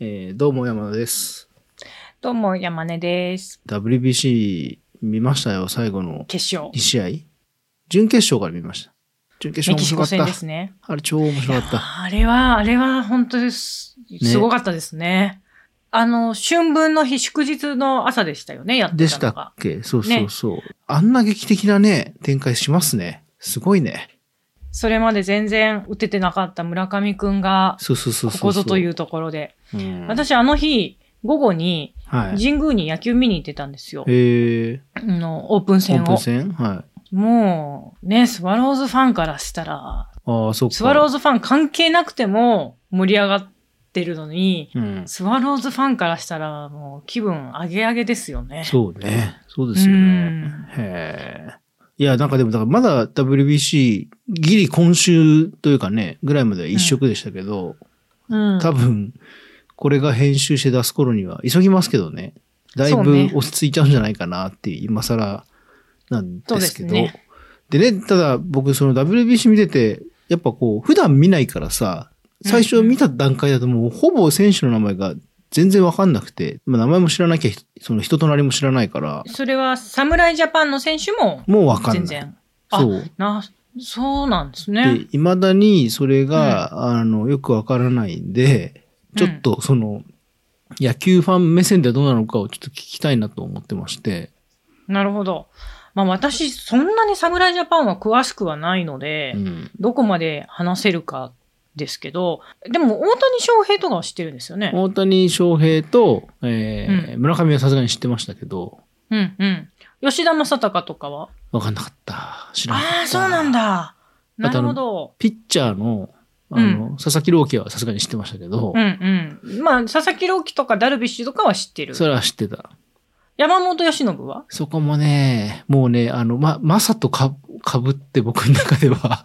えーどうも山田です。どうも、山根です。 WBC 見ましたよ、最後の決勝2。試合。準決勝から見ました。準決メ勝キシ面白コ戦かでっすた。ね。あれ超面白かった。あれは、あれは本当です。すごかったですね。あの、春分の日、祝日の朝でしたよね、やってでたしのたがっ。けそうそねうそう、あんな劇的なね、展開しますね。すごいね。それまで全然打ててなかった村上くんが、そうそうそうこそう。。こぞといううところで。ん、、私、あの日、午後にはい。神宮に野球見に行ってたんですよ。えー、あのオープンオ戦ープンを。戦はい。もう、ね、スワローズファンからしたら、ああ、そっか。スワローズファン関係なくても盛り上がってるのに、うん。スワローズファンからしたら、もう気分上げ上げですよね。そうね。そうですようねん。へえ。いや、なんかでも、だからまだ WBC、ギリ今週というかね、ぐらいまでは一色でしたけど、うん。多分、これが編集して出す頃には、急ぎますけどね、だいそうぶね落ち着いちゃうんじゃないかなっていう、今更なんですけど。そうですでね、ただ僕、その WBC 見てて、やっぱこう、普段見ないからさ、最初見た段階だともう、ほぼ選手の名前が全然わかんなくて、まあ、名前も知らなきゃ、その人となりも知らないから、それは、侍ジャパンの選手も、もうわかんない。全然。あそう。な、そうなんですねで。、未だにそれが、あの、よくわからないんで、ちょっとその、野球ファン目線でどうなのかをちょっと聞きたいなと思ってまして。なるほど。まあ私、そんなに侍ジャパンは詳しくはないので、うん。どこまで話せるかですけど、でも大谷翔平とかは知ってるんですよね。大谷翔平と、えーう村上はさすがに知ってましたけど、うんうん。吉田正尚とかはわかんなかった。知らなかった。ああ、そうなん。だ。あなとあるのほど。ピッチャーの、あの、佐々木朗希はさすがに知ってましたけど、うんうん。まあ、佐々木朗希とかダルビッシュとかは知ってる。それは知ってた。山本由伸はそこもね、もうね、あの、ま、まさとか、かぶって僕の中では、あ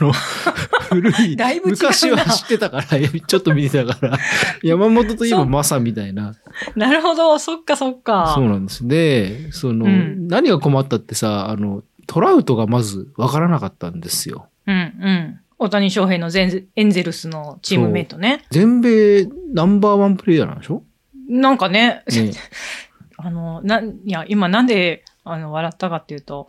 の、 古い、だいぶ違うな昔は知ってたから、 ちょっと見てたから、山本といえばまさみたいな。 なるほど、そっかそっか。そうなんです。で、その、うん何が困ったってさ、あの、トラウトがまずわからなかったんですよ。うんうん。大谷翔平のゼンゼエンゼルスのチームメイトね。全米ナンバーワンプレイヤーなんでし ょなんかね、ね あの、なん、いや、今なんで、あの、笑ったかっていうと、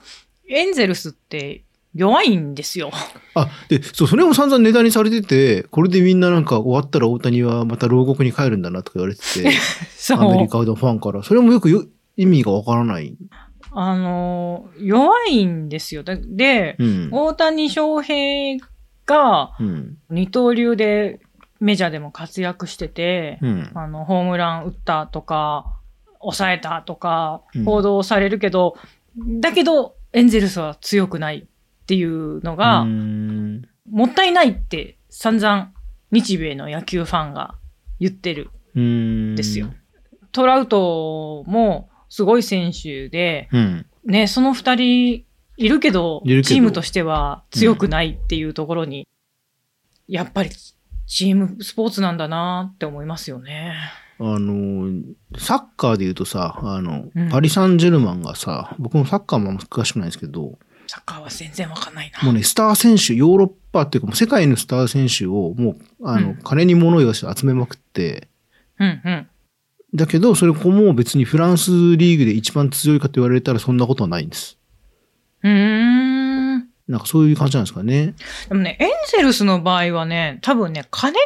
エンゼルスって弱いんで すよ。あ、で、そう、それも散々ネタにされてて、これでみんななんか終わったら大谷はまた牢獄に帰るんだなとか言われてて。 そう。アメリカのファンから。それもよくよ意味がわからない。あの、弱いんですよ。だで、うん。大谷翔平が、うん。二刀流でメジャーでも活躍してて、うん。あの、ホームラン打ったとか、抑えたとかうん、報道されるけど、だけど、エンゼルスは強くないっていうのが、うーんもったいないって散々日米の野球ファンが言ってる。うーん。ですよ。トラウトもすごい選手で、うん。ね、その二人いるけど、いるけどチームとしては強くないっていうところに、やっぱりチームスポーツなんだなって思いますよね。あの、サッカーで言うとさ、あの、うんパリ・サンジェルマンがさ、僕もサッカーもあんま詳しくないんですけど、もサッカーは全然わかんないな。うね、スター選手、ヨーロッパっていうか、もう世界のスター選手をもう、あの、うん金に物を言わせて集めまくって、うんうん。だけど、それこも別にフランスリーグで一番強いかと言われたらそんなことはないんです。うーん。なんかそういう感じなんですかね。でもね、エンゼルスの場合はね、多分ね、金に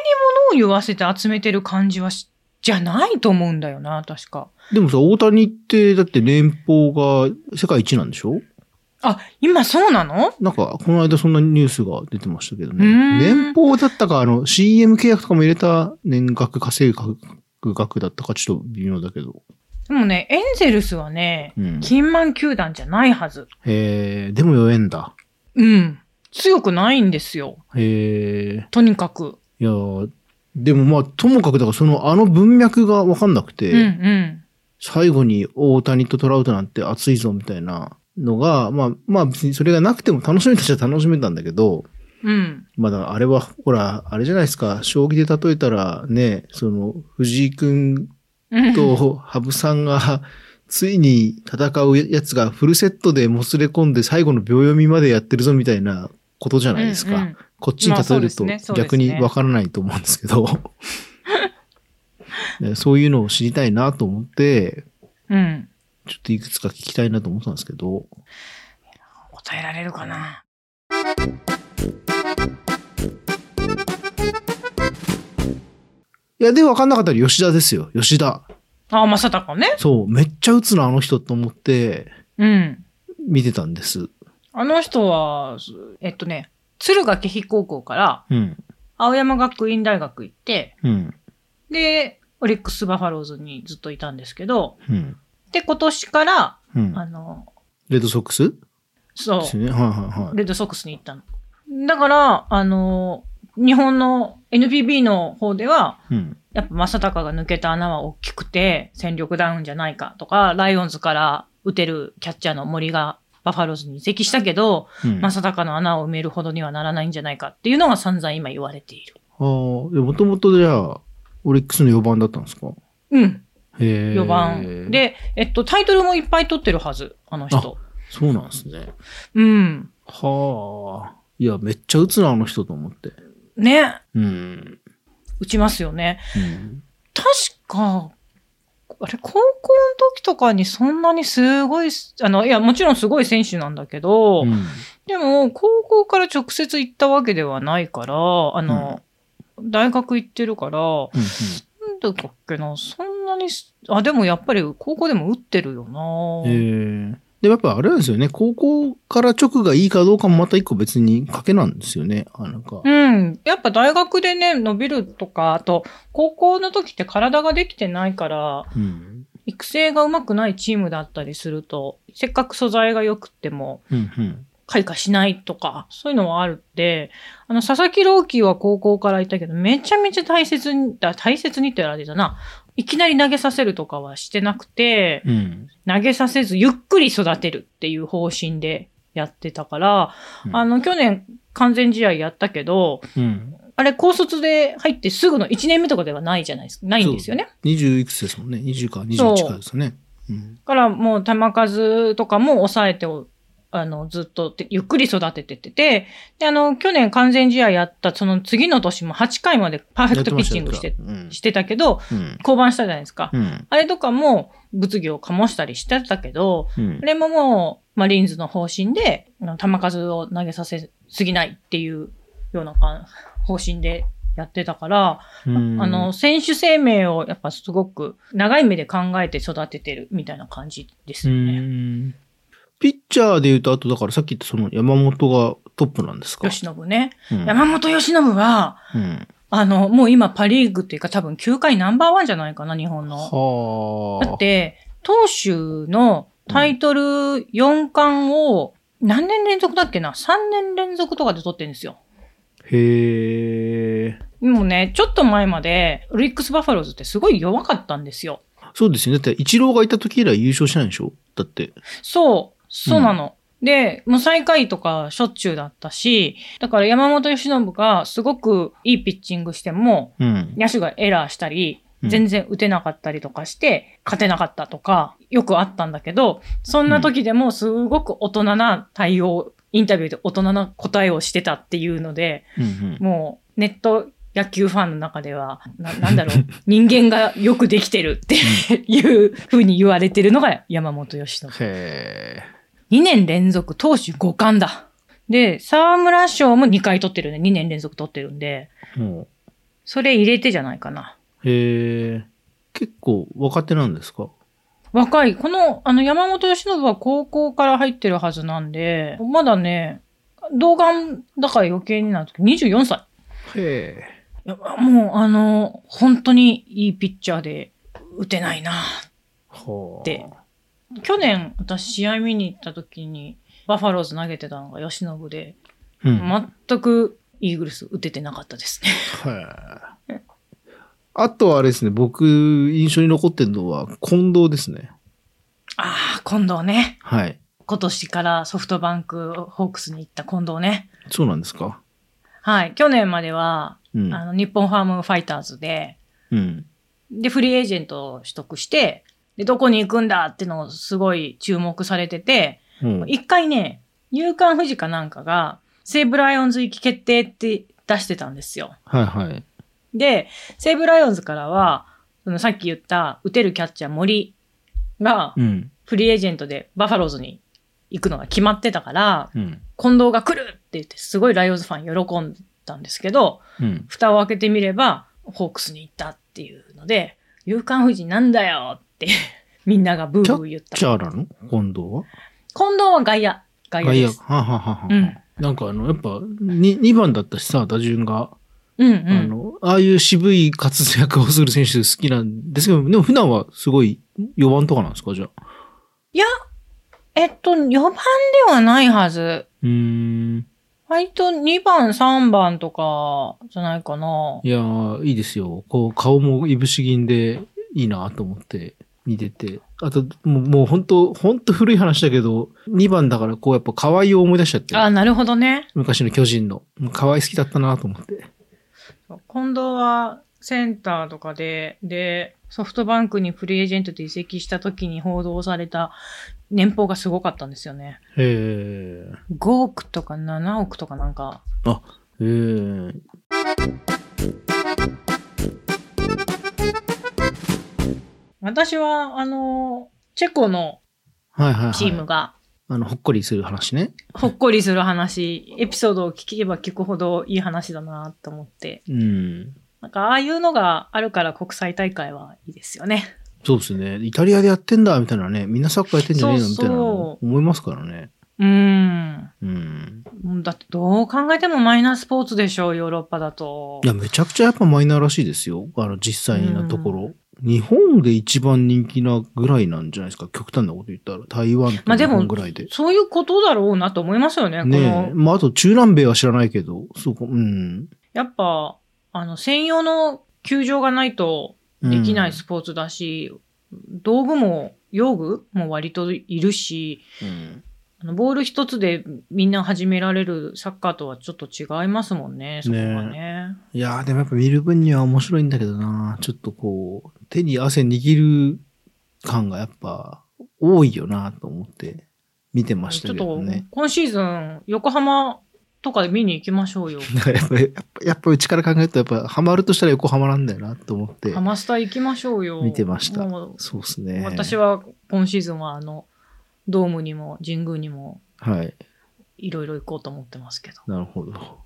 物を言わせて集めてる感じはし、じゃないと思うんだよな、確か。でもさ、大谷って、だって年俸が世界一なんでしょあ、今そうなのなんか、この間そんなニュースが出てましたけどうーね。ん年俸だったか、あの、CM 契約とかも入れた年額稼ぐ額だったか、ちょっと微妙だけど。でもね、エンゼルスはね、うん。金満球団じゃないはず。えー、でも4円だ。うん。強くないんですよ。えとにかく。ー、いやーでもまあ、ともかくだから、その、あの文脈がわかんなくて、うんうん。最後に大谷とトラウトなんて熱いぞ、みたいなのが、まあ、まあ別にそれがなくても楽しめたっちゃ楽しめたんだけど、うん。まあだからあれは、ほら、あれじゃないですか、将棋で例えたら、ね、その、藤井くんうんと羽生さんが、ついに戦うやつがフルセットでもつれ込んで最後の秒読みまでやってるぞみたいなことじゃないですか。うんうんこっちにまあ例そうえでるすねとそうです逆ね にわからないと思うんですけど。ねそういうのを知りたいなと思って、うん。ちょっといくつか聞きたいなと思ったんですけど、答えられるかないや、で、わかんなかったら吉田ですよ。吉田。あ、まさたかね。そう、めっちゃ打つな、あの人と思ってうん。見てたんです。あの人は、えっとね、敦賀気比高校からうん。青山学院大学行って、うん。で、オリックスバファローズにずっといたんですけど、うん。で、今年から、うん。あの、レッドソックスでそう、すよね。はいはいはい。レッドソックスに行ったの。だから、あの、日本の NPB の方では、うん。やっぱ正隆が抜けた穴は大きくて戦力ダウンじゃないかとか、ライオンズから打てるキャッチャーの森がバファローズに移籍したけど、うん、あ正隆の穴を埋めるほどにはならないんじゃないかっていうのが散々今言われている。あー、もともとじゃあ、オリックスの4番だったんですかうん、へえ。 4番。、で、えっと、タイトルもいっぱい取ってるはず、あの人。そうなんですね。うん。はあ。いや、めっちゃ打つな、あの人と思って。ね、うん。打ちますよね。うん。確か、あれ、高校の時とかにそんなにすごい、あの、いや、もちろんすごい選手なんだけど、うんでも、高校から直接行ったわけではないから、あの、大学行ってるから、うんなんだっけな、そんなにす、あ、でもやっぱり高校でも打ってるよう、なんへえ。でもやっぱあれなんですよね。高校から直がいいかどうかもまた一個別に賭けなんですよね。あなんか。うん。やっぱ大学でね、伸びるとか、あと、高校の時って体ができてないから、うん。育成がうまくないチームだったりすると、せっかく素材が良くっても、うん。うん。開花しないとか、そういうのはあるって、あの、佐々木朗希は高校からいたけど、めちゃめちゃ大切に、あ大切にって言われてたな。いきなり投げさせるとかはしてなくて、うん。投げさせずゆっくり育てるっていう方針でやってたから、うんあの、去年完全試合やったけど、うん。あれ高卒で入ってすぐの1年目とかではないじゃないですか、ないんですよね。 20いくつですもんね。20か21かですよね。うん。だからもう球数とかも抑えてお、あの、ずっとてゆっくり育ててってて、で、あの、去年完全試合やった、その次の年も8回までパーフェクトピッチングしてや、ってまししてたけど、たうん。降板したじゃないですか。うん。あれとかも物議を醸したりしてたけど、うんあ。れももう、マリーンズの方針で、あの球数を投げさせすぎないっていうようなかん方針でやってたから、うんあの、、選手生命をやっぱすごく長い目で考えて育ててるみたいな感じですうよね。ん。ピッチャーで言うと、あとだからさっき言ったその山本がトップなんですか吉信ね。うん山本由伸は、うん。あの、もう今パリーグっていうか多分球界ナンバーワンじゃないかな、日本の。はあ。だって、投手のタイトル4冠を何年連続だっけな ?3 年連続とかで取ってるんですよ。へえ。でもね、ちょっと前まで、オリックス・バファローズってすごい弱かったんですよ。そうですよね。だって、イチローがいた時以来優勝してないでしょだって。そう、そうなの。で、もう最下位とかしょっちゅうだったし、だから山本由伸がすごくいいピッチングしても、うん。野手がエラーしたり、うん全然打てなかったりとかして、勝てなかったとか、よくあったんだけど、そんな時でもすごく大人な対応、インタビューで大人な答えをしてたっていうので、うんうんもうネット野球ファンの中では、なな んだろう、人間がよくできてるっていうふうに言われてるのが山本由伸。へえ。 2年連続投手5冠だ。で、沢村賞も2回取ってるね。2年連続取ってるんで、もそれ入れてじゃないかな。う。へえ。結構若手なんですか若い。この、あの、山本由伸は高校から入ってるはずなんで、まだね、童顔だから余計になる24歳。へえ。いやもう、あの、本当にいいピッチャーで打てないな。はあ。で去年、私試合見に行った時に、バファローズ投げてたのが由伸で、うん。全くイーグルス打ててなかったですね。はい。あとはあれですね、僕、印象に残ってるのは、近藤ですね。ああ、今度ね。はい。今年からソフトバンクホークスに行った近藤ね。そうなんですかはい。去年までは、うん。あの、日本ハムファイターズで、うん。で、フリーエージェントを取得して、で、どこに行くんだってのをすごい注目されてて、うん一回ね、入管富士かなんかが、西武ライオンズ行き決定って出してたんですよ。はいはい。で、西武ライオンズからは、そのさっき言った打てるキャッチャー森がうん。フリーエージェントでバファローズに行くのが決まってたから、うん。近藤が来るって言ってすごいライオンズファン喜んだんですけど、うん。蓋を開けてみればホークスに行ったっていうので、勇敢富士なんだよってみんながブーブー言った。チ近ャーなの今度は藤は外野。外野外で野。す。はあはあはあはあうんなんかあの、やっぱ、に2番だったしさ、打順が。うんうあん。の、ああいう渋い活躍をする選手好きなんですけど、でも普段はすごい4番とかなんですかじゃあ。えっと、4番ではないはず。うーん。割と2番、3番とかじゃないかな。いやー、いいですよ。こう、顔もいぶし銀でいいなと思って見てて。あと、もう、もう本当本当古い話だけど、2番だからこうやっぱ可愛いを思い出しちゃって。あ、なるほどね。昔の巨人の。もう可愛い好きだったなと思って。近藤はセンターとかで、で、ソフトバンクにフリーエージェントで移籍した時に報道された年俸がすごかったんですよね。へー。 5億とか7億とかなんか。えー、私は、あの、チェコのはいはいはい。チームがあの、ほっこりする話ね。ほっこりする話、エピソードを聞けば聞くほどいい話だなと思って。うん。なんか、ああいうのがあるから国際大会はいいですよね。そうですね。イタリアでやってんだ、みたいなね。みんなサッカーやってんじゃねえのそうみそたいうなの思いますからね。うーん。うん。だってどう考えてもマイナースポーツでしょう、ヨーロッパだとい。や、めちゃくちゃやっぱマイナーらしいですよ。あの、実際のところ。日本で一番人気なぐらいなんじゃないですか。極端なこと言ったら。台湾まとあ日でも本ぐらいで。そういうことだろうなと思いますよね。ねえ。この、まあ、あと中南米は知らないけど、そうか、うん。やっぱ、あの、専用の球場がないとうんできないスポーツだし、道具も、用具も割といるし、うんあのボール一つでみんな始められるサッカーとはちょっと違いますもんね、そこはね。いやー、でもやっぱ見る分には面白いんだけどなちょっとこう、手に汗握る感がやっぱ多いよなと思って見てましちたょけっどとね。、今シーズン、横浜とかで見に行きましょうよ。だからやっぱ、やっぱ、やっぱうちから考えると、やっぱ、ハマるとしたら横浜なんだよなと思ってハ、マスタ行きましょうよ。見てましたもそうですうね。私。は今シーズンはあの、ドームにも神宮にもはい。いろいろ行こうと思ってますけど。なるほど。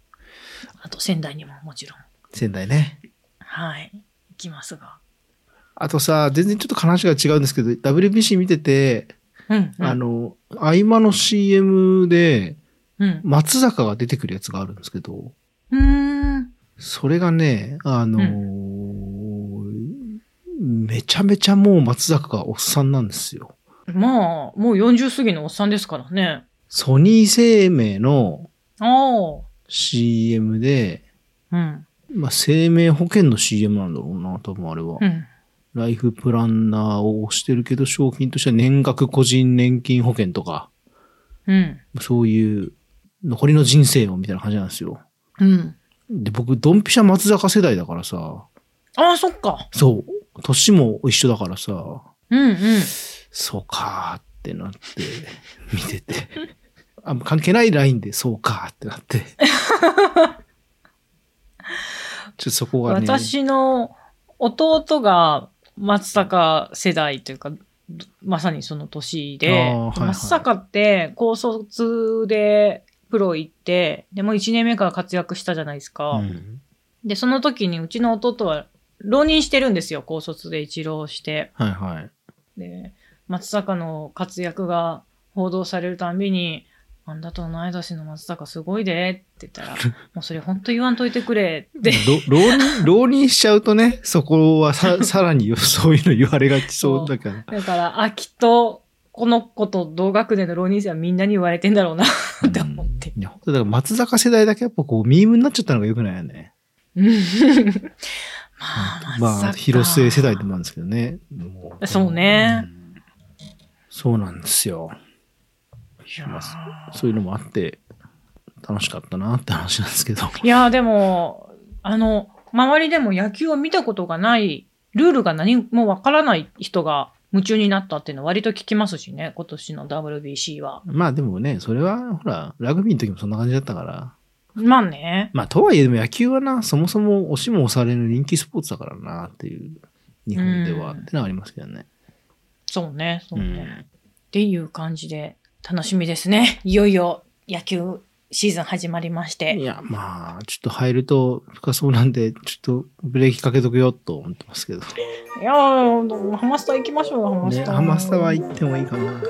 あと仙台にももちろん。仙台ね。はい。行きますが。あとさ、全然ちょっと話が違うんですけど、WBC 見てて、うん、うん。あの、合間の CM で、うん。松坂が出てくるやつがあるんですけど、うーん。それがね、あのーめちゃめちゃもう松坂がおっさんなんですよ。まあ、もう40過ぎのおっさんですからね。ソニー生命のああ。 CM で、うん。まあ、生命保険の CM なんだろうな、多分あれは。うん。ライフプランナーをしてるけど、賞金としては年額個人年金保険とか、うん。そういう残りの人生をみたいな感じなんですよ。うん。で、僕、ドンピシャ松坂世代だからさ、ああ、そっか。そう、年も一緒だからさ、うんうん。そうかーってなって、見てて。あんま関係ないラインで、そうかーってな って。ちょっとそこがね。私の弟が松坂世代というか、まさにその年で、あーはいはい松坂って高卒でプロ行って、でもう1年目から活躍したじゃないですか。うんで、その時にうちの弟は浪人してるんですよ、高卒で一浪して。はいはい。で、松坂の活躍が報道されるたんびに、あんだと同い年の松坂すごいでって言った ら、もうそれ本当言わんといてくれって。ろ浪人、浪人しちゃうとね、そこはさ、 さらにそういうの言われがちそうだから。だから、あ、きっと、この子と同学年の浪人生はみんなに言われてんだろうなって思って。いや、本当だから松坂世代だけやっぱこう、ミームになっちゃったのが良くないよね。うん まあ、松ま坂あ、広末世代でもあるんですけどね。もそうねうんそうなんですよ。いやーそういうのもあって、楽しかったなって話なんですけど。いやーでも、あの、周りでも野球を見たことがない、ルールが何もわからない人が夢中になったっていうのは割と聞きますしね、今年の WBC は。まあでもね、それは、ほら、ラグビーの時もそんな感じだったから。まあね。まあ、とはいえ、でも野球はな、そもそも押しも押されぬ人気スポーツだからな、っていう。日本では、うんってのはありますけどね。そうね、そううね。ん。っていう感じで、楽しみですね。いよいよ野球シーズン始まりまして。いや、まあ、ちょっと入ると深そうなんで、ちょっとブレーキかけとくよと思ってますけど。いやー、ハマスタ行きましょうよ、ハマスね、タ。ハマスタは行ってもいいかな。